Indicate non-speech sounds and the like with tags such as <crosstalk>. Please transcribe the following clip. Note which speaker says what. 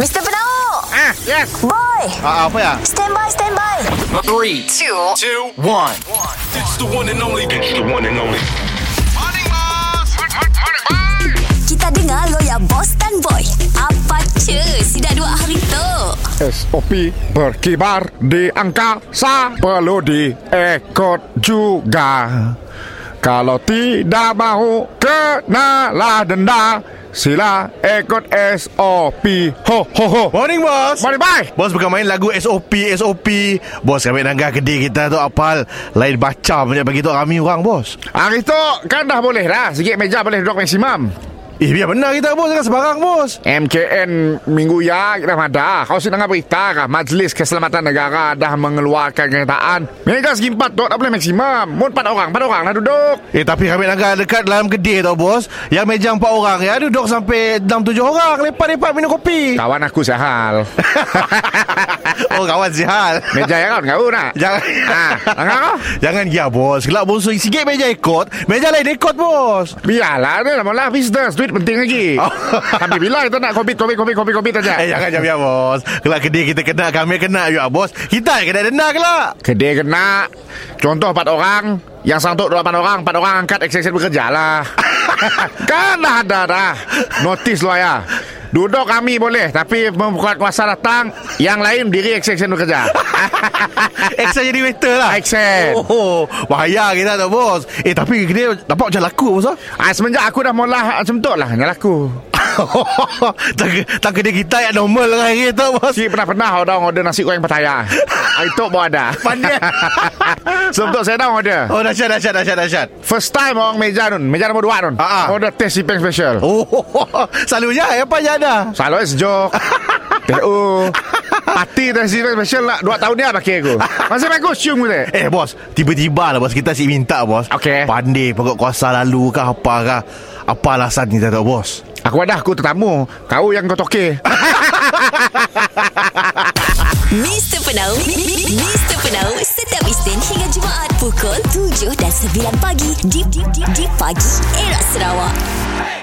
Speaker 1: Mr. Penau
Speaker 2: Ah, yes.
Speaker 1: Boy
Speaker 2: Ah, ah, apa ya?
Speaker 1: Stand by, stand by
Speaker 3: Three, two, two, one.
Speaker 4: It's the one and only. It's the one and only.
Speaker 1: Kita dengar lo ya Boss dan Boy Apa cu Si dah dua hari tu
Speaker 5: SOP berkibar di angkasa perlu diikut juga. Kalau tidak mahu kenalah denda, sila ikut SOP. Ho ho ho.
Speaker 2: Morning, bos.
Speaker 5: Mari bye.
Speaker 2: Bos bukan main lagu SOP, SOP. Bos kami nangga kedai kita tu apal. Lain baca banyak bagi tu kami orang, bos.
Speaker 5: Hari tu kan dah boleh dah. Sikit meja boleh duduk maksimum.
Speaker 2: Eh, biar benar kita, bos. Jangan sebarang, bos.
Speaker 5: MKN minggu ya kita ada. Kau sedang berita kah? Majlis Keselamatan Negara dah mengeluarkan kenyataan. Mega segi empat tu tak boleh maksimum. Mun empat orang, empat orang lah duduk.
Speaker 2: Eh, tapi kami nangga dekat dalam kedai tu, bos. Yang meja empat orang ya. Duduk sampai enam tujuh orang. Lepas-lepas minum kopi.
Speaker 5: Kawan aku sehal.
Speaker 2: <laughs> oh,
Speaker 5: <laughs>
Speaker 2: kawan sihat.
Speaker 5: Meja yang kawan kau nak.
Speaker 2: Jangan
Speaker 5: Ah, tengah kau.
Speaker 2: <laughs> Jangan ya bos Kelak bos Sikit meja ikut Meja lain ikut bos
Speaker 5: Biarlah ni lah Malah business Duit penting lagi
Speaker 2: Oh.
Speaker 5: <laughs> Tapi bila kita nak Covid Covid Covid Covid Covid
Speaker 2: Eh
Speaker 5: saja
Speaker 2: jangan jangan ya bos Kelak kedai kita kena Kami kena ya bos Kita yang kena denda kelak
Speaker 5: Kedai kena Contoh 4 orang Yang sangtuk 8 orang 4 orang angkat Exit-exit bekerja
Speaker 2: <laughs>
Speaker 5: lah Kan dah ada dah Notice lo ya Duduk kami boleh Tapi membuka kuasa datang Yang lain diri exit-exit
Speaker 2: <laughs>
Speaker 5: bekerja
Speaker 2: Excel jadi waiter lah
Speaker 5: Excel.
Speaker 2: oh, Bahaya kita tu bos Eh tapi kedai Nampak macam laku bos ah. <laughs>
Speaker 5: ah, Semenjak aku dah mula Macam tu lah Yang laku
Speaker 2: tak, tak kedai kita yang normal lah hari tu bos
Speaker 5: Si pernah-pernah orang order nasi goreng Pattaya Ah, Itu pun ada <laughs>
Speaker 2: Pandai
Speaker 5: Sebab saya dah order
Speaker 2: Oh dahsyat dahsyat dahsyat dahsyat
Speaker 5: First time orang meja nun Meja nombor dua nun
Speaker 2: Ah, ah.
Speaker 5: Order teh sipeng special oh.
Speaker 2: Oh <laughs> Selalunya eh, apa yang ada
Speaker 5: Selalu sejok
Speaker 2: <laughs>
Speaker 5: Teh U oh. Pati teh sipeng special nak Dua tahun dia pakai aku Masih bagus cium aku teh
Speaker 2: Eh bos Tiba-tiba lah bos Kita si minta bos
Speaker 5: Okey.
Speaker 2: Pandai pokok kuasa lalu kah Apa kah Apa alasan kita tu bos
Speaker 5: Aku ada aku tetamu Kau yang kau toke
Speaker 1: Mr. Penau mi- mi- mi- Mr. Penau Setiap Isnin hingga Jumaat Pukul 7 dan 9 pagi Di, di, di, di pagi Era Sarawak